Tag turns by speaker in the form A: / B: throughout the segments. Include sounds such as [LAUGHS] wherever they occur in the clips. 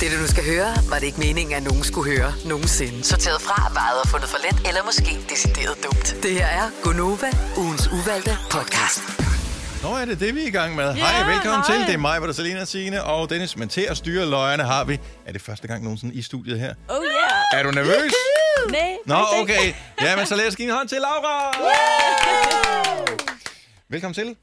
A: Det, du skal høre, var det ikke meningen, at nogen skulle høre nogensinde.
B: Sorteret fra, vejet og fundet for let, eller måske decideret dumt.
A: Det her er Gonova, ugens uvalgte podcast.
C: Nå, er det det, vi er i gang med? Ja, hej, velkommen hej. til. Det er mig, hvor der Selina Signe og Dennis. Men til at styre løgene har vi... Er det første gang nogensinde i studiet her?
D: Oh yeah.
C: Er du nervøs?
D: Nej.
C: Nå, okay. Ja, men så lad os give en hånd til Laura. Velkommen til.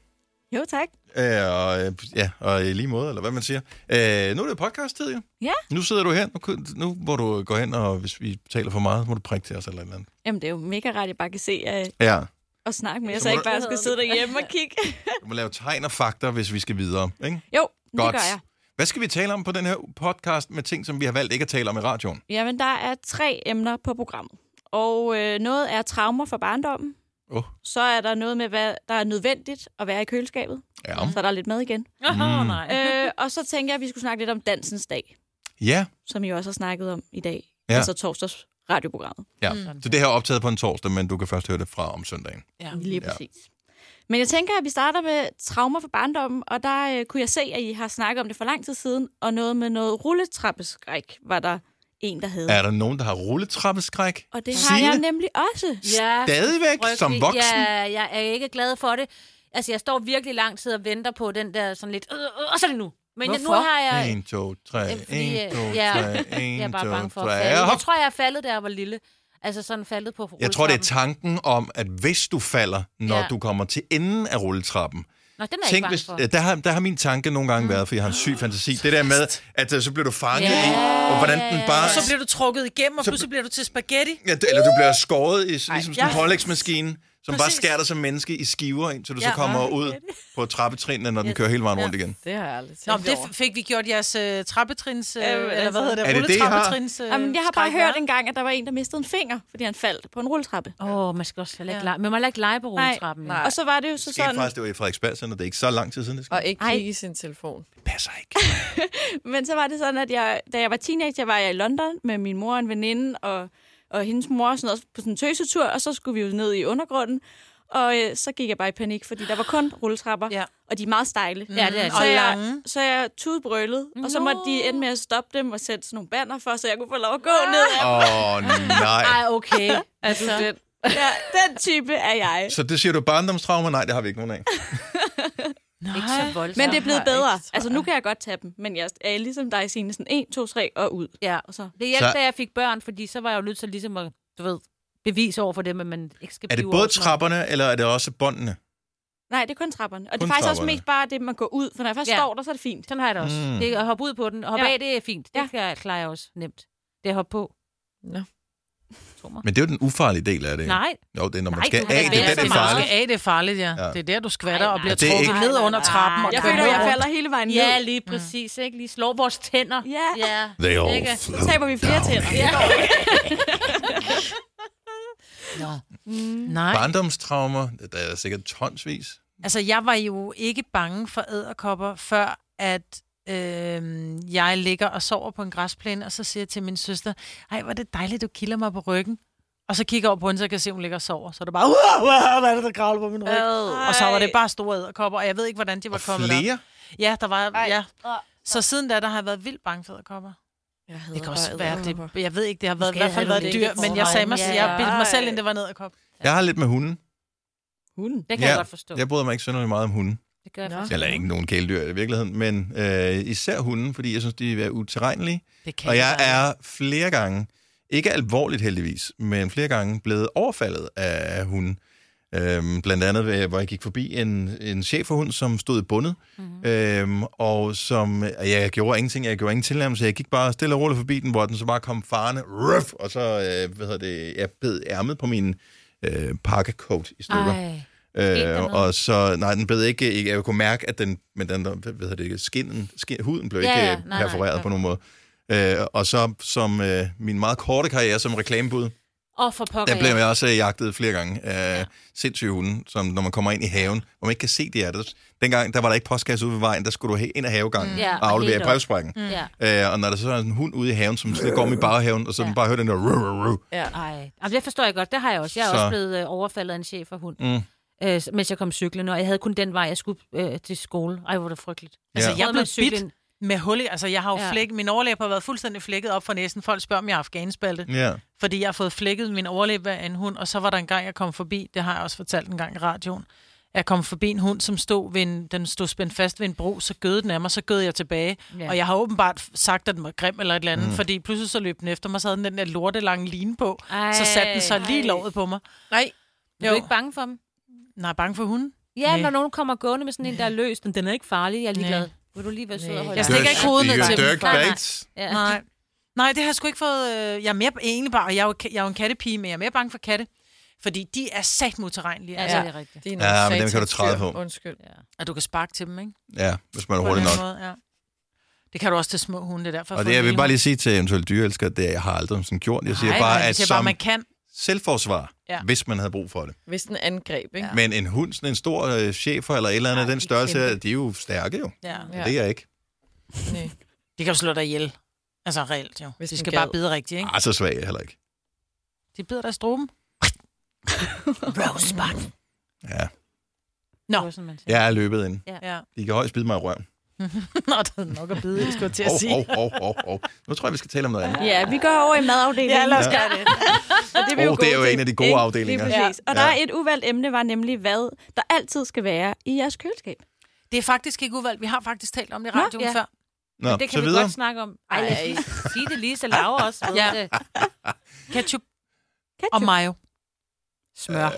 D: Jo, tak.
C: Øh, og, øh, ja, og i lige måde, eller hvad man siger. Øh, nu er det podcast-tid, jo.
D: Ja.
C: Nu sidder du her, nu, kun- nu hvor du går hen, og hvis vi taler for meget, så må du prikke til os eller et eller andet.
D: Jamen, det er jo mega rart, at jeg bare kan se øh,
C: Ja.
D: og snakke med jer,
C: Så må
D: så jeg ikke
C: du-
D: bare skal sidde derhjemme og kigge.
C: Du må lave tegn og fakta, hvis vi skal videre. Ikke?
D: Jo, det gør jeg.
C: Hvad skal vi tale om på den her podcast med ting, som vi har valgt ikke at tale om i radioen?
D: Jamen, der er tre emner på programmet. Og øh, noget er traumer fra barndommen.
C: Åh,
D: Så er der noget med, hvad der er nødvendigt at være i køleskabet.
C: ja.
E: Mm.
D: Så er der lidt mad igen. [LAUGHS]
C: Mm.
E: Åh, nej.
D: øh, og så tænker jeg, at vi skulle snakke lidt om dansens dag,
C: Ja,
D: som I også har snakket om i dag.
C: Ja.
D: Ja. Altså torsdags radioprogrammet.
C: ja. Mm. Så det her er optaget på en torsdag, men du kan først høre det fra om søndagen.
E: Ja.
D: Lige præcis. Men jeg tænker, at vi starter med traumer for barndommen, og der øh, kunne jeg se, at I har snakket om det for lang tid siden, og noget med noget rulletrappeskræk var der en, der havde.
C: Er der nogen, der har rulletrappeskræk?
D: Og det har jeg nemlig også.
E: ja.
C: Stadigvæk som
E: frygteligt.
C: voksen?
E: Ja, jeg er ikke glad for det. Altså, jeg står virkelig lang tid og venter på den der sådan lidt, øh, øh, og så er det nu. Men jeg, nu
D: Hvorfor?
E: har jeg...
C: 1, 2, 3, 1, 2, 3, 1, 2, 3.
E: Fordi, øh, ja, [LAUGHS] jeg er bare bange for at falde. Jeg tror, jeg er faldet, da jeg var lille. Altså sådan faldet på
C: Jeg tror, det er
E: rulletrappen.
C: tanken om, at hvis du falder, når ja.
E: Ja.
C: du kommer til enden af rulletrappen,
E: Nå, den er jeg ikke
C: Tænk,
E: bange
C: hvis,
E: for. Mm.
C: der, har, der har min tanke nogle gange været, for jeg har en syg fantasi. Det der med, at øh, så bliver du fanget
E: Ja.
C: i, og hvordan den bare...
F: Og så bliver du trukket igennem, og
C: Så-
F: pludselig bliver du til spaghetti.
C: Ja, du- eller du bliver skåret i ligesom sådan en
F: ja.
C: pålægsmaskine, som bare
F: Præcis.
C: skærer dig som menneske i skiver, indtil du så
F: Ja.
C: kommer ud på trappetrinene, når den kører hele vejen rundt igen.
G: Det har jeg aldrig
F: Nå, men
G: tænkt
F: det
G: over.
F: f- fik vi gjort jeres øh, trappetrins... Øh,
D: Ja,
F: eller
D: altså.
F: hvad hedder det?
C: Er det det, I har?
F: Rulletrappetrins... Øh,
D: Jamen, jeg har bare
F: skræk,
D: hørt
F: hva'?
D: engang, at der var en, der mistede en finger, fordi han faldt på en rulletrappe.
E: Åh, man skal også heller ikke lege. Men man må heller ikke lege på rulletrappen.
G: Nej.
D: Og så var det jo så
C: Det er
D: sådan,
C: faktisk, det var i Frederiksberg Center, det er ikke så lang tid siden, det
G: Og
C: skete.
G: ikke
D: Ej.
G: kigge i sin telefon.
C: Det passer ikke.
D: men så var det sådan, at jeg, da jeg var teenager, var jeg i London med min mor og en veninde, og, og hendes mor og sådan noget, på sådan en tøsetur, og så skulle vi jo ned i undergrunden. Og øh, så gik jeg bare i panik, fordi der var kun rulletrapper,
F: Ja.
D: og de er meget stejle.
E: Ja, det er
D: Så
E: det.
D: jeg, så jeg tudbrølede, og så måtte de ende med at stoppe dem og sætte sådan nogle banner for, så jeg kunne få lov at gå ned.
C: Åh, oh,
E: Ej,
C: nej.
E: okay. [LAUGHS] Altså,
G: den?
D: Ja, den type er jeg.
C: Så det siger du barndomstraumer? Nej, det har vi ikke nogen af.
E: ikke så voldsomt.
D: Men det er blevet
G: har jeg
D: bedre.
G: ikke, tror
D: Altså,
G: jeg.
D: nu kan jeg godt tage dem, men jeg er ligesom dig, Signe, sådan 1, 2, 3 og ud.
E: Ja,
D: Og så.
E: det hjalp,
C: Så-
E: da jeg fik børn, fordi så var jeg jo nødt til ligesom at, du ved, bevise over for dem, at man ikke skal
C: Er det
E: blive
C: både
E: over sådan noget.
C: trapperne, eller er det også båndene?
D: Nej, det er kun trapperne. Og det
C: Kun
D: er faktisk også
C: trapperne.
D: mest bare det, man går ud, for når jeg først
E: Ja.
D: står der, så er det fint.
E: Sådan har jeg det også.
C: Mm.
E: Mm. Det er at hoppe ud på den. Og hoppe
D: Ja.
E: ja. af, det er fint. Det
D: Ja.
E: ja. kan jeg, klarer jeg også nemt. Det er at hoppe på.
G: Nå.
E: Tro mig.
C: Men det er jo den ufarlige del af det. ikke?
E: Nej.
C: Jo, det er, når man
E: Nej,
C: skal
E: du
C: af,
E: har
C: det
E: da
C: er den,
E: været
C: det
E: så
C: er
E: meget.
C: farligt.
F: Skal af, det er farligt, ja.
C: Ja.
F: Det er der, du skvatter og bliver
C: det er
F: trukket
C: ikke-
F: ned under trappen. Og
D: Jeg
F: kører
D: føler, jeg
F: rundt.
D: falder hele vejen ned.
E: Ja, lige præcis. Ikke? Lige slår vores tænder.
D: ja.
E: Mm. Ja.
C: They all
E: Ikke?
D: Så taber vi flere tænder. Ja.
F: Nej.
C: Barndomstraumer, der er sikkert tonsvis.
F: Altså, jeg var jo ikke bange for æderkopper, før at øh, jeg ligger og sover på en græsplæne, og så siger jeg til min søster, ej, hvor er det dejligt, du kilder mig på ryggen. Og så kigger jeg over på hende, så jeg kan se, hun ligger og sover. Så er det bare, "Uah, uah, hvad er det, der kravler på min ryg? Og så var det bare store æderkopper, og jeg ved ikke, hvordan de var
C: Og
F: kommet der.
C: flere?
F: Ja, der var, ja. Så siden da, der har jeg været vildt bange for æderkopper.
G: Jeg
F: Det kan også være, det, jeg ved ikke, det har været, i
E: Måske
F: hvert fald
E: havde
F: været
E: du
F: et
E: det
F: dyr,
E: ikke i
F: men jeg sagde mig,
E: forvejen.
F: jeg
E: Ja.
F: bildte mig selv, ind det var en æderkop.
C: Jeg har lidt med hunden.
G: Hunden.
E: Det kan
C: Ja.
E: jeg godt forstå.
C: Jeg bryder mig ikke synderligt meget om hunden.
E: Det gør jeg
G: Nå.
E: faktisk.
C: Eller ikke nogen kæledyr i virkeligheden, men øh, især hunden, fordi jeg synes, de er uterrenlige.
F: Det kan
C: Og jeg
F: være.
C: er flere gange, ikke alvorligt heldigvis, men flere gange blevet overfaldet af hunden. Øhm, blandt andet, ved- hvor jeg gik forbi en, en schæferhund, som stod bundet, mm-hmm. øhm, og som, og jeg gjorde ingenting, jeg gjorde ingen tilnærmelse, jeg gik bare stille og roligt forbi den, hvor den så bare kom farne, ruff, og så, øh, hvad hedder det, jeg bed ærmet på min øh, pakkecoat i stykker.
E: Ej.
C: Øh,
E: dernede?
C: og så, nej, den blev ikke, ikke, jeg kunne mærke, at den, men den, der- hvad hedder det, ikke, skinnen, skin, huden blev
E: Ja,
C: ikke
E: ja,
C: øh,
E: nej, nej,
C: perforeret
E: nej.
C: på nogen måde. Øh, og så som øh, min meget korte karriere som reklamebud,
E: Og for pokker,
C: der blev jeg også øh, jagtet flere gange af ja. sindssyge hunde, som når man kommer ind i haven, hvor man ikke kan se de er der. Dengang, der var der ikke postkasse ude ved vejen, der skulle du he- ind af havegangen
E: Ja,
C: og
E: og
C: aflevere i
E: helt op.
C: brevsprækken. Mm.
E: Ja.
C: Øh, og når der så er en hund ude i haven, som slet går om i baghaven, og så ja. bare hører den der ru, ru, ru.
G: Ja.
E: Ej, Jamen, det forstår jeg godt. Det har jeg også. Jeg er
C: Så-
E: så. også blevet øh, overfaldet af en chef og hund, mm. øh, mens jeg kom cyklen, og jeg havde kun den vej, jeg skulle øh, til skole. Ej, hvor er det frygteligt.
C: Altså,
F: jeg blev
E: prøvede med at cykle
F: bidt.
E: ind.
F: Med hul i, altså jeg har jo
E: Ja.
F: ja. flækket, min overlæb har været fuldstændig flækket op for næsen. Folk spørger, om jeg har afghansbalte, mm.
C: Ja.
F: fordi jeg har fået flækket min overlæb af en hund, og så var der en gang, jeg kom forbi, det har jeg også fortalt en gang i radioen, jeg kom forbi en hund, som stod ved en, den stod spændt fast ved en bro, så gød den af mig, så gød jeg tilbage.
E: Ja.
F: Ja. Og jeg har åbenbart sagt, at den var grim eller et eller andet, mm. fordi pludselig så løb den efter mig, så havde den den der lorte lange line på,
E: Ej,
F: så satte den så lige i
D: Ej.
F: låret på mig.
G: Nej.
E: Er du ikke bange for dem?
F: Nej, bange for hunden.
E: Ja,
F: Næ.
E: når nogen kommer gående med sådan en, der er løs, den, den er ikke farlig, jeg er ligeglad.
F: Næ.
E: Vil du lige være sød
F: Næ.
E: og holde
F: Jeg
E: dig?
F: stikker ikke hovedet ned
C: You
F: til dem.
C: dirk
E: Nej, nej.
C: baits.
E: Ja.
F: Nej. Nej, det har jeg sgu ikke fået... Øh, jeg er mere egentlig bare... Og jeg er, jo, ka- jeg er jo en kattepige, men jeg er mere bange for katte. Fordi de er sat
E: Ja,
F: motorregnlige. Ja.
E: det
F: Altså,
E: er rigtigt.
G: De er
C: Ja,
G: nogle
C: men dem kan du
G: satans
C: træde
G: dyr.
C: på.
G: Undskyld.
F: og du kan sparke til dem, ikke?
C: Ja, hvis man er
F: På
C: hurtig
F: en
C: nok.
F: eller anden Måde, ja. Det kan du også til små hunde, det er derfor...
C: Og det, jeg vil bare lige sige til eventuelle dyreelskere, det er, at jeg har aldrig sådan gjort. Jeg siger
F: Nej,
C: bare,
F: nej,
C: at
F: jeg siger
C: som
F: bare, man kan.
C: selvforsvar,
F: Ja.
C: hvis man havde brug for det.
G: Hvis den angreb, ikke?
F: Ja.
C: Men en hund, sådan en stor øh, chefer eller et eller andet,
F: Nej,
C: den
F: de er
C: størrelse,
F: kæmpe.
C: her, de er jo stærke jo.
F: Ja.
C: Ja. Det er jeg ikke.
G: Nej.
F: De kan jo slå dig ihjel. Altså reelt, jo.
G: Hvis
F: Hvis de
G: den
F: skal
G: gad.
F: bare bide rigtigt, ikke?
C: Ah, så svag er jeg heller ikke.
F: De bider dig i struben.
E: Rosebud.
C: Ja.
F: Nå.
E: Det var sådan, man siger.
C: Jeg er løbet ind.
F: Ja. [LAUGHS]
C: De kan højst bide mig i røven.
F: Nå, der er nok at bide, skulle jeg til at
C: Hov,
F: sige.
C: hov, hov, hov, hov. Nu tror jeg, vi skal tale om noget andet.
D: Ja, vi går over i madafdelingen.
F: Ja, lad os
C: Ja.
F: gøre det.
D: Og er vi
C: Åh, det er
D: gode
C: jo
D: til,
C: en af de gode
D: ikke?
C: afdelinger.
D: Lige præcis. Og
C: Ja.
D: der er et uvalgt emne, var nemlig, hvad der altid skal være i jeres køleskab.
F: Det er faktisk ikke uvalgt. Vi har faktisk talt om det i radioen
E: ja.
F: før.
C: Nå,
E: Det kan
C: så
E: vi
C: videre.
E: godt snakke om. Ej, lad os lige sige det lige, så Laura også ved
F: Ja.
E: det.
F: Ketchup
D: Ketchup.
F: og mayo. Smør. Ja. Og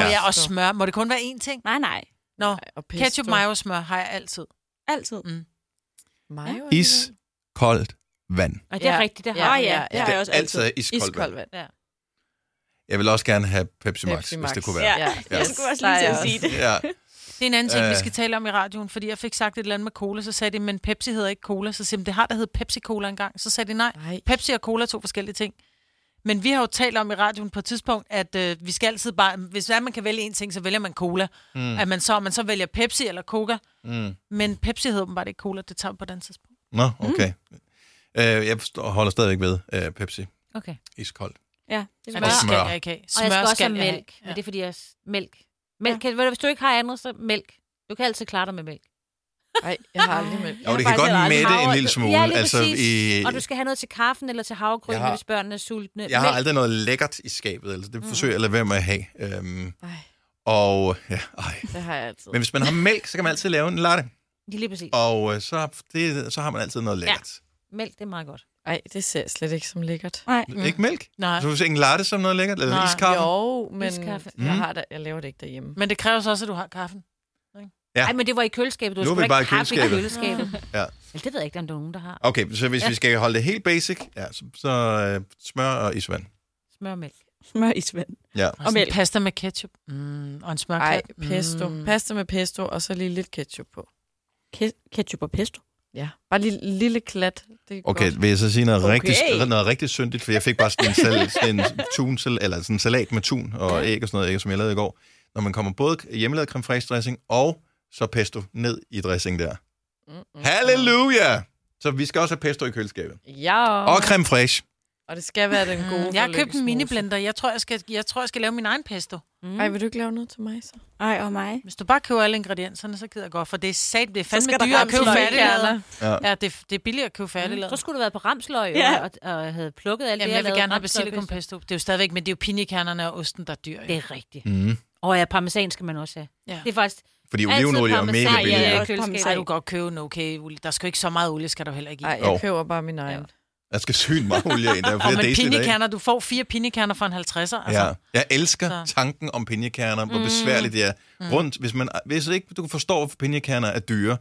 C: Øh, Ja.
F: ja, og smør. Må det kun være én ting?
D: Nej, nej.
F: Nå,
G: Og pesto.
F: ketchup, mayo og smør har jeg altid.
D: Altid.
G: Mayo.
C: Is, koldt vand.
E: Og det er
G: Ja.
E: rigtigt, det
D: Åh
E: har
D: oh, ja, det har jeg også altid.
C: altid er iskoldt vand.
G: Iskoldt vand.
C: Jeg vil også gerne have Pepsi Max,
G: Pepsi
C: hvis det
G: Max.
C: kunne
D: Ja.
C: være.
G: Ja.
D: Jeg skulle også lige
G: Der er
D: til at
G: også-
D: sige det.
C: Ja.
F: Det er en anden ting,
C: Øh.
F: vi skal tale om i radioen, fordi jeg fik sagt et eller andet med cola, så sagde de, men Pepsi hedder ikke cola. Så siger de, det har der hed Pepsi-Cola engang. Så sagde de, nej,
G: Nej.
F: Pepsi og cola er to forskellige ting. Men vi har jo talt om i radioen på et tidspunkt, at øh, vi skal altid bare... Hvis det er, man kan vælge en ting, så vælger man cola. Mm. At man så, om man så vælger Pepsi eller Coca.
C: Mm.
F: Men Pepsi hedder åbenbart ikke cola, det tager vi på den tidspunkt.
C: Nå, okay. Øh, jeg forstår- holder stadigvæk ved øh, Pepsi.
E: Okay.
C: Iskoldt.
D: Ja, det
F: Ja,
D: var
F: det
C: smør.
F: skal jeg ikke have.
E: Og jeg skal
F: Smør
E: også
F: skal
E: have
F: jeg
E: mælk.
F: ikke.
E: Men det er fordi, jeg... s- Mælk. Mælk. Kan, ved du, hvis du ikke har andet, så mælk. Du kan altid klare dig med mælk.
G: Nej, jeg har aldrig med.
C: Jo, det kan
D: faktisk
C: godt
D: heller aldrig
C: mætte en
E: havre-
C: lille smule.
E: Ja, lige
C: altså, i,
E: Og du skal have noget til kaffen eller til havregryn,
C: Jeg har-
E: hvis børnene er sultne.
C: jeg har
E: Mælk.
C: aldrig noget lækkert i skabet. Altså, det forsøger jeg at lade være med at have. Øhm,
G: Ej,
C: og, ja, ej.
G: det har jeg altid.
C: Men hvis man har mælk, så kan man altid lave en latte.
E: Lige præcis.
C: Og øh, så, det, så har man altid noget lækkert.
E: Mælk, det er meget godt.
G: Ej, det ser jeg slet ikke som lækkert.
D: Nej.
C: Ja. Ikke mælk?
F: Nej.
C: Så du ser ikke en latte som noget lækkert? Eller
F: Nej.
C: iskaffe?
G: Jo, men
E: Iskaffe.
G: jeg,
C: Mm.
G: har det, jeg laver det ikke derhjemme.
F: Men det kræver så også, at du har kaffen.
C: Ja.
E: Nej, men det var i køleskabet. Du
C: Nu
E: har
C: er
E: sgu
C: vi
E: da
C: bare
E: ikke
C: i
E: kaffe
C: køleskabet.
E: køleskabet.
C: Ja.
E: Eller det ved jeg ikke, om der er nogen, der har.
C: Okay, så hvis
E: Ja.
C: vi skal holde det helt basic, ja, så, så øh, smør og isvand.
E: Smør og mælk.
D: smør i svand.
C: Ja.
F: Og, og
D: mælk.
F: pasta med ketchup. Mm, og en smørklat.
G: Ej, pesto.
F: Mm.
G: Pasta med pesto, og så lige lidt ketchup på.
D: Ke- ketchup og pesto.
G: Ja, bare lige lille klat. Det er
C: Okay,
G: godt.
C: vil jeg så sige noget, okay.
D: Okay.
C: rigtig, noget rigtig syndigt, for jeg fik bare sådan en, sal, sådan en, tun, sal, eller sådan en salat med tun og æg og sådan noget, æg, som jeg lavede i går. Når man kommer både hjemmelavet creme fraiche dressing og så pesto ned i dressing der.
G: Mm-mm.
C: Halleluja! Så vi skal også have pesto i køleskabet.
G: Ja,
C: Og creme fraiche.
G: og det skal være den gode
F: Mm, jeg har købt en
G: forlykkelsesmose.
F: miniblender. Jeg tror jeg, skal, jeg tror, jeg skal lave min egen pesto.
G: Ej, vil du ikke lave noget til mig så?
D: Ej, og mig.
F: Hvis du bare køber alle ingredienserne, så gider jeg godt, for det er sat, det er fandme
D: skal der
F: dyrt at
D: ramme
F: købe
D: sløjfe
F: færdiglader.
C: Ja.
F: Ja, det, er- det er billigere at købe færdiglader.
E: Mm. Så skulle du have været på Ramsløg
D: Ja.
E: og, og havde plukket alt
F: Jamen,
E: det,
F: jeg vil
E: lavet
F: gerne have
E: ramsløg-
F: basilikumpesto. Det er jo stadigvæk, men det er jo pinjekernerne og osten, der er dyr.
E: Det
F: Det.
E: er rigtigt.
C: Mm.
E: Og ja, parmesan skal man også have.
F: Ja.
E: Det er faktisk
C: Fordi
E: altid
C: olivenolie er mega
E: parmesan
C: billig.
E: i
D: ja.
C: Ja.
D: også
E: køleskabet.
F: Ej, du kan godt købe en okay olie. Der skal jo ikke så meget olie, skal du heller ikke i.
G: Nej,
C: Jo.
G: jeg køber bare min egen.
C: Jeg skal syge meget olie ind, der er
F: Og
C: flere
F: med
C: days i dag.
F: pinjekerner, du får fire pinjekerner for en 50'er. Altså.
C: Ja. Jeg elsker
F: Så.
C: tanken om pinjekerner, hvor besværligt det er. Rundt, hvis, man, hvis ikke du forstår, hvorfor pinjekerner er dyre,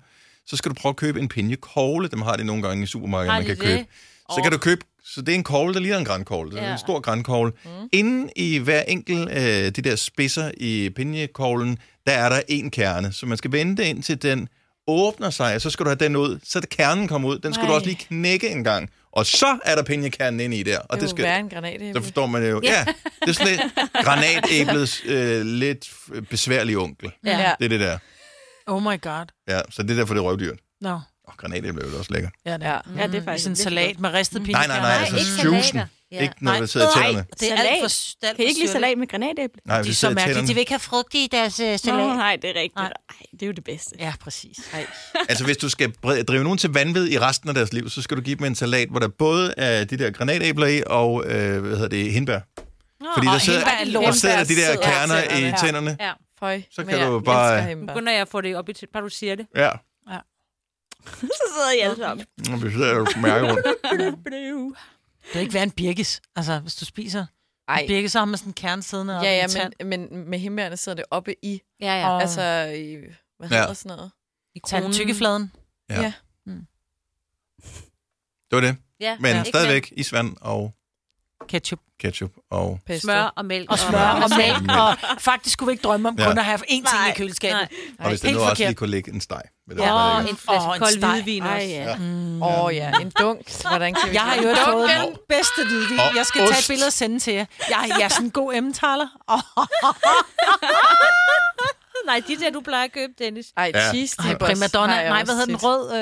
C: så skal du prøve at købe en pinjekogle. Dem har de nogle gange i supermarkedet,
E: Har
C: man
E: de
C: kan
E: det?
C: købe. Så kan du købe, så det er en kogle, der ligner en grankogle. Det er
E: Ja.
C: en stor grankogle. Mm. Inden i hver enkelt af de der spidser i pinjekoglen, der er der en kerne. Så man skal vente indtil den åbner sig, og så skal du have den ud, så at kernen kommer ud. Den skal du
D: Nej.
C: også lige knække en gang. Og så er der pinjekernen inde i der. Og
G: Det,
C: det
G: det
C: skal,
G: skal... være en granat.
C: så forstår man det jo. Ja, det er sådan lidt granatæblets øh, lidt øh, besværlige onkel.
G: Ja. ja.
C: Det er det der.
F: Oh my god.
C: Ja, så det er derfor, det er røvdyrt.
F: Nå.
C: Og granatæble er jo også lækker.
F: Ja, det er.
G: ja.
D: Ja, det er faktisk
F: Sådan en
D: virkelig
F: salat med ristet
C: Nej,
F: pinjekerner.
C: nej, nej. Altså,
E: ikke
C: juicen.
E: salater. Ja.
C: Ikke noget, der sidder i tænderne.
F: Det er alt for, det er
D: Kan I
F: alt
D: ikke
F: for
D: lide
F: syrligt.
D: salat med granatæble?
C: Nej,
F: De
C: det
F: er så
C: sidder i
F: mærkelige. De
C: tænderne.
F: vil ikke have frugt i deres øh, salat.
D: Nå, nej, det er rigtigt.
F: Nej.
D: Nej, det er jo det bedste.
F: Ja, præcis. Ej.
C: Altså, hvis du skal bre- drive nogen til vanvid i resten af deres liv, så skal du give dem en salat, hvor der både er de der granatæbler i, og, øh, hvad hedder det, hindbær. Fordi der
F: og
C: sidder,
F: hindbær er lort.
C: der sidder der de der
G: Hindbær
C: kerner
G: sidder i
C: i tænderne.
E: Ja.
G: Føj.
C: Så
G: men
C: kan
G: jeg
C: du bare-
G: elsker
E: Nu
G: hindbær.
E: begynder jeg at få det op i tæt, bare du siger det.
C: Ja,
D: [LAUGHS] Så sidder I alle sammen.
C: Nå, vi sidder jo mærke rundt.
F: Det er ikke være en birkes, altså, hvis du spiser.
G: Ej.
F: En birke, så har man sådan en kerne siddende
G: Ja, ja,
F: men...
G: men, men med hindbærne sidder det oppe i,
E: Ja, ja.
F: Og-
G: altså i, hvad
C: Ja.
G: hedder sådan noget?
E: I
F: Tag
E: kronen.
F: tykkefladen.
C: Det var det.
E: Ja,
C: Men
E: ja.
C: stadigvæk isvand og
F: Ketchup.
C: ketchup og...
G: Pesto.
E: Smør og mælk.
F: Og smør og
C: mælk.
F: mælk. Og faktisk skulle vi ikke drømme om
C: Ja.
F: kun at have én ting i
E: Nej,
F: køleskabet.
E: nej.
C: Og hvis det
F: helt
C: nu også
F: forkert.
C: lige kunne ligge en steg. Med det,
E: Ja,
C: var
E: og
C: lækkert.
E: en flaske
F: Åh, en
E: kold
F: steg.
E: hvidvin også.
D: Ej, ja.
G: Åh oh, ja, en dunk. Hvordan kan vi
F: Jeg har jo
G: Dunken!
F: fået Mm. den bedste hvidvin.
C: Og
F: Jeg skal tage et
C: ost.
F: billede og sende til jer. Jeg, jeg er sådan en god emmentaler.
E: [LAUGHS]
F: [LAUGHS]
E: Nej, de der, du plejer at købe, Dennis.
G: Ej,
C: Ja.
G: cheese
F: Ej,
G: dippers
F: primadonna.
G: har jeg
F: Nej,
G: også
F: hvad hedder den?
G: tit.
F: Rød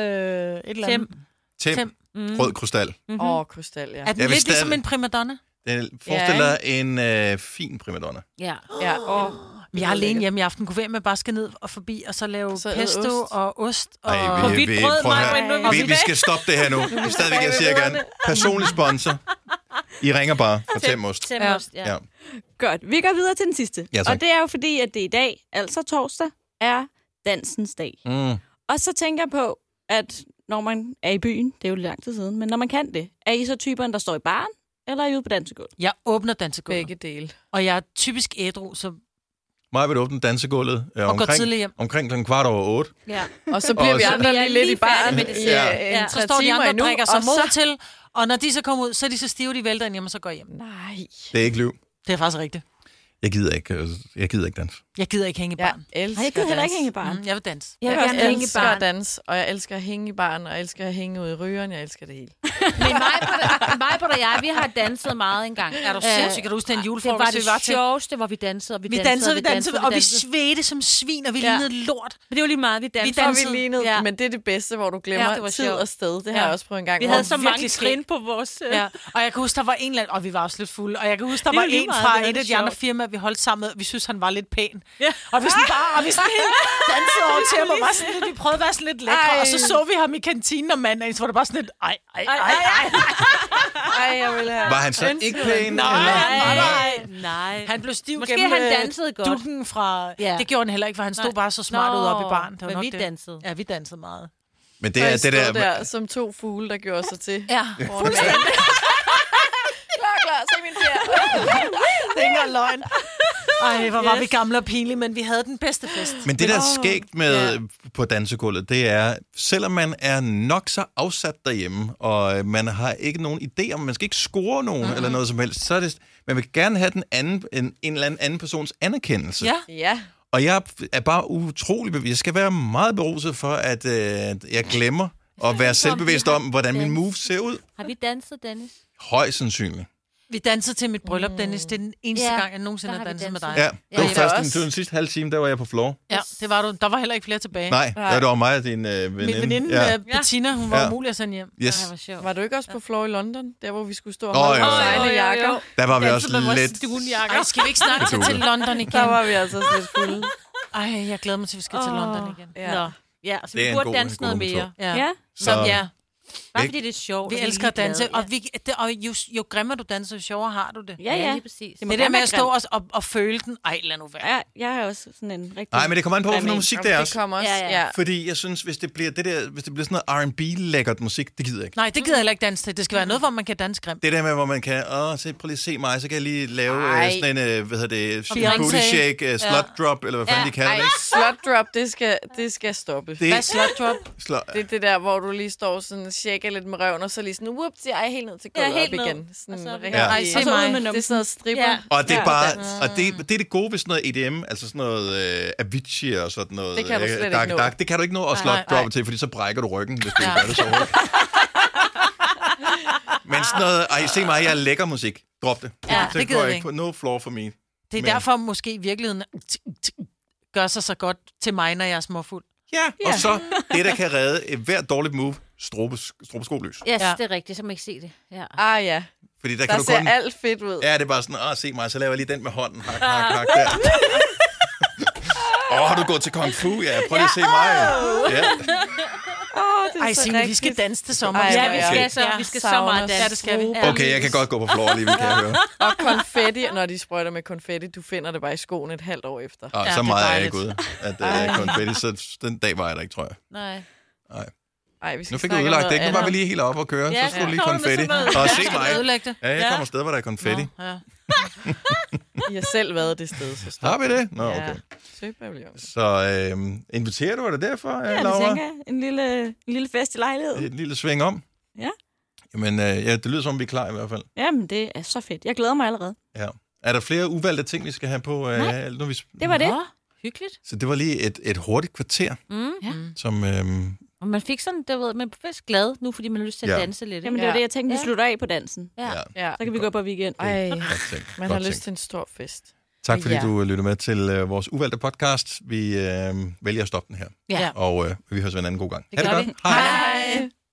F: øh, et eller
E: Tem.
F: andet.
C: Tem, rød krystal.
G: Åh, oh, krystal, ja.
F: Er den
C: Jeg vil
F: lidt ligesom
C: stadig-
F: en primadonna?
C: Den forestiller en øh, fin primadonna.
E: Ja.
F: Mm-hmm.
G: ja åh.
F: Men jeg er alene hjemme i aften. Kunne være med bare skal ned og forbi, og så lave
G: Så æd
F: pesto
G: ost.
F: og ost. Og...
C: Ej,
E: Og hvidt brød,
C: prøv at
E: Maja,
C: høre.
E: men nu er
C: Vi,
E: vi
C: vi skal stoppe det her nu. Stadigvæk, jeg siger gerne. Personlig sponsor. I ringer bare for Temost.
E: Tem
F: Ja.
E: ost, ja.
C: Ja.
D: Godt, vi går videre til den sidste.
C: Ja, tak.
D: og det er jo fordi, at det i dag, altså torsdag, er dansens dag.
C: Mm.
D: Og så tænker jeg på, at når man er i byen, det er jo lang tid siden, men når man kan det, er I så typeren, der står i baren, eller er I ude på dansegulvet?
F: Jeg åbner dansegulvet,
G: Begge dele.
F: og jeg er typisk ædru, så
C: Maja vil åbne dansegulvet øh,
F: går
C: omkring,
F: tidligt hjem.
C: omkring kl. kvart over otte.
E: ja.
G: Og så bliver
C: Og
G: vi
C: så-
G: andre
E: Vi er
G: lige lidt i
E: lige færdige
G: baren
E: med
C: det
G: i
C: sidste.
G: øh,
E: Ja.
G: en
E: Så
F: så
G: tre
F: står de
G: timer
F: andre og
G: endnu,
F: drikker sig
G: og
F: mod
G: så-
F: til, og når de så kommer ud, så er de så stive, de vælter ind hjemme, og så går jeg hjem.
G: Nej,
C: Det er ikke liv.
F: Det er faktisk rigtigt.
C: Jeg gider ikke, øh, jeg gider ikke danse.
F: Jeg gider ikke hænge i
G: jeg
F: barn.
G: elsker
D: Nej, jeg gider heller ikke
G: dans.
D: hænge i baren.
F: Mm, jeg vil danse.
E: Jeg vil
G: Jeg
E: gerne hænge i
G: elsker at
E: baren.
G: danse, og jeg elsker at hænge i baren, og jeg elsker at hænge ud i røgeren, jeg elsker det hele.
E: Men mig, på og jeg, vi har danset meget engang. Er du
F: sindssyg? Kan du huske den julefrokost,
E: Det var det
F: vi var til?
E: sjoveste, hvor vi dansede, og vi,
F: Vi
E: dansede,
F: dansede, vi dansede, og vi
E: dansede.
F: svedte som svin, og vi
E: Ja.
F: lignede lort.
E: Men det var lige meget, vi dansede.
G: Og
F: dansede.
G: vi lignede,
E: Ja.
G: ja. men det er det bedste, hvor du glemmer
E: Ja, det
G: ja,
E: var
G: tid
E: sjovt.
G: og sted. Det har
F: Ja.
G: jeg også prøvet en gang.
E: Vi
G: hvor
E: havde
F: Åh,
E: så mange
F: virkelig skæg.
E: trin på vores... øh,
F: Ja, og jeg kan huske, der var en eller anden, og vi var også lidt fulde, og jeg kan huske, der
E: Det er
F: var
E: jo lige
F: en
E: meget,
F: fra
E: det er
F: et
E: det
F: af de andre
E: sjovt.
F: firmaer, vi holdt sammen med, og vi synes han var lidt pæn.
E: Ja.
F: Og vi sådan bare, og vi sådan helt dansede over til ham, og var sådan lidt, vi prøvede at være sådan lidt lækre,
G: Ej.
F: og så så vi ham i kantinen om mandagen, så var det bare sådan lidt, ej, ej, ej, ej.
G: Ej, jeg ville have...
C: Var han så ikke pæn?
F: Nej.
E: Nej,
C: eller?
E: nej, nej.
F: Han blev stiv
E: Måske
F: gennem
E: han
F: øh,
E: dansede godt.
F: dukken fra...
E: Ja.
F: Ja. Det gjorde han heller ikke, for han stod
E: Nej.
F: bare så smart ud op i baren. Det var
E: men
F: nok
E: vi
F: det.
E: dansede.
F: Ja, vi dansede meget.
C: Men det er
G: og I
C: det
G: stod
C: der...
G: der som to fugle, der gjorde sig til.
F: Ja,
G: fuldstændig. klar, klar, se min fjer.
F: det er ikke engang løgn. Ej, hvor var vi gamle og pinlige, men vi havde den bedste fest.
C: Men det, der er skægt med på dansegulvet, det er, selvom man er nok så afsat derhjemme, og øh, man har ikke nogen idé om, man skal ikke score nogen mm-hmm. eller noget som helst, så er det, man vil gerne have den anden, en, en eller anden, anden persons anerkendelse.
F: Ja.
G: Ja,
C: Og jeg er bare utrolig bevidst. Jeg skal være meget beruset for, at øh, jeg glemmer at [LAUGHS] være selvbevidst om, hvordan min move ser ud.
E: Har vi danset, Dennis?
C: Højst sandsynligt.
F: Vi dansede til mit bryllup, Dennis. Det er den eneste
E: Ja,
F: gang, jeg nogensinde
E: der
F: har
E: har vi
F: danset med dig.
E: danset.
C: Ja, det var
E: jeg
C: først
G: var
C: den,
G: også-
C: den sidste halve time, der var jeg på floor.
F: Ja, det var du. Der var heller ikke flere tilbage.
C: Nej, der var det var mig og din øh, veninde.
F: Min veninde
C: ja.
F: ja. Bettina, hun var
C: Ja.
F: umulig at sende hjem.
C: Yes.
E: Ej, hvor sjovt.
G: var du ikke også på floor i London? Der, hvor vi skulle stå og
C: Nå,
G: holde
C: jo,
G: oh,
C: jo,
G: segne jakker.
C: Der var vi
E: Dansede
C: også
E: med vores
C: lidt...
E: dunjakker.
F: Ej, skal vi ikke
C: [LAUGHS]
F: snart tage til London igen?
G: Der var vi altså også lidt fulde.
F: Ej, jeg glæder mig til, at vi skal til London igen.
G: Ja.
E: Nå. Ja, så
C: Det er
E: vi
C: en
E: burde
C: god-
E: danse
C: god
E: noget
C: metode.
E: mere.
F: Ja.
D: Ja.
C: Så,
F: Som, ja.
E: Bare
C: Ikke?
E: fordi det er sjovt.
F: Vi
E: og er
F: elsker at danse,
E: ligeglade,
F: og, vi, det, og jo, jo grimmere du danser, jo sjovere har du det.
D: Ja, ja.
E: lige præcis.
D: Det må
F: Det der
D: gerne
F: med
D: være
F: at stå og, og, og føle den, ej, lad nu være.
D: Ja, jeg er også sådan en rigtig...
C: Nej, men det kommer an på,
D: Nej,
C: hvilken
D: men-
C: musik det er
G: Det
C: også.
G: kom også,
E: Ja,
G: ja.
E: ja.
G: ja.
C: Fordi jeg synes, hvis det bliver, det der, hvis det bliver sådan noget R&B-lækkert musik, det gider jeg ikke.
F: Nej, det gider jeg heller ikke danse til. Det skal være noget, hvor man kan danse grimt.
C: Det der med, hvor man kan, åh, se, prøv lige at se mig, så kan jeg lige lave øh,
G: Ej.
C: sådan en, øh, hvad hedder det,
F: Beyoncé.
C: booty shake, øh, slot drop, eller hvad fanden de kalder
G: Ej,
C: det. ikke?
G: slot drop, det skal, det skal stoppe.
C: Det,
F: Hvad er slot drop?
C: slot,
G: Det er det der, hvor du lige står sådan, shaker lidt med røven, og så lige sådan, whoops, jeg er helt ned til
E: Ja,
G: gulvet
E: helt ned.
G: op igen. Sådan,
E: Og så er det-
G: rigtig-
F: Ej,
D: Og
F: se
D: så ud
F: mig.
D: med
G: Det er
D: numsen.
G: sådan noget stripper.
E: Ja.
G: Ja.
C: og det er
D: Ja,
C: bare, og det, det er det gode ved sådan noget EDM, altså sådan noget øh, Avicii og sådan noget.
G: Det kan du
C: øh,
G: slet ikke
C: dak,
G: nå.
C: dak. Det kan du ikke nå at slot droppe til, fordi så brækker du ryggen, hvis du
F: Ja.
C: gør det så
G: [LAUGHS]
C: hurtigt. Men sådan noget, ej, se mig, jeg er lækker musik. Drop det.
F: Ja,
C: så går
F: det gider
C: jeg
F: jeg
C: ikke på no floor for me.
F: Det er
C: Men-
F: derfor måske i virkeligheden gør sig så godt til mig, når jeg er småfuld.
C: Ja. Og så det, der kan redde et hvert dårligt move, strobe, strobe skolys.
E: Yes,
F: Ja.
E: det er rigtigt, så må jeg ikke se det. Ja.
G: Ah ja,
C: Fordi der,
G: Der
C: kan du
G: ser
C: kun...
G: alt fedt ud.
C: Ja, det er bare sådan, åh, se mig, så laver jeg lige den med hånden. Hak, hak, hak, der. Åh, oh, har du gået til kung fu? Ja, prøv lige at se mig. Ja.
G: Åh, det er
F: Ej,
G: så
F: Signe, vi
G: rigtigt.
F: skal danse til sommer.
G: Ej,
E: Ja,
G: hvor
E: vi
G: jeg
E: skal, så, vi skal så
F: savner
E: meget
F: os.
E: danse.
F: Ja, det skal vi.
C: Okay, jeg kan godt gå på floor alligevel, kan jeg høre.
G: Og konfetti, når de sprøjter med konfetti, du finder det bare i skoen et halvt år efter.
C: Og så
F: Ja, det er
C: meget er jeg
F: dejligt.
C: ikke ude. At uh, konfetti, så den dag var jeg der ikke, tror jeg.
E: Nej.
G: Ej, vi skal
C: Nu fik du
G: snakke om
C: udlagt
G: noget
C: det. Nu var
G: andet.
C: vi lige helt oppe og køre.
E: Ja,
C: så skulle du
E: ja.
C: lige
E: Nå, men så
C: konfetti.
E: ved jeg.
C: Og
E: Jeg
C: se mig.
F: Ødelægge det.
C: Ja, jeg kommer afsted, hvor der er konfetti.
F: Nå, ja.
G: I har selv været det sted, så stop.
C: Har vi det? Nå, okay.
G: Søpavillon.
C: Så øhm, inviterer du er det derfor, ja,
D: Ja, det
C: Laura?
D: tænker jeg. En lille, en lille fest i lejligheden.
C: Et lille sving om.
D: Ja.
C: Jamen, øh, ja, det lyder som, om vi er klar i hvert fald.
D: Jamen, det er så fedt. Jeg glæder mig allerede.
C: Er der flere uvalgte ting, vi skal have på? Øh,
D: Nej,
C: nu vi... Mm.
D: Det var det.
E: Nå, hyggeligt.
C: Så det var lige et, et hurtigt kvarter,
E: Mm.
C: som... Øhm,
E: Og man fik sådan, der ved, man blev glad nu, fordi man har lyst til at
C: Ja.
E: danse lidt.
D: Jamen,
E: Ikke?
D: det var
G: Ja.
D: det, jeg tænkte, vi
E: Ja.
D: slutter af på dansen.
E: Ja.
C: ja.
G: Ja.
D: Så kan vi gå på weekend.
G: Ej,
C: Godt tænkt.
G: man
C: Godt
G: har lyst
C: tænkt.
G: til en stor fest.
C: Tak fordi
G: Ja.
C: du lytter med til øh, vores uvalgte podcast. Vi øh, vælger at stoppe den her.
E: Ja.
C: Og øh, vi høres ved en anden god gang.
E: Det gør vi.
C: Hej.
E: Hej.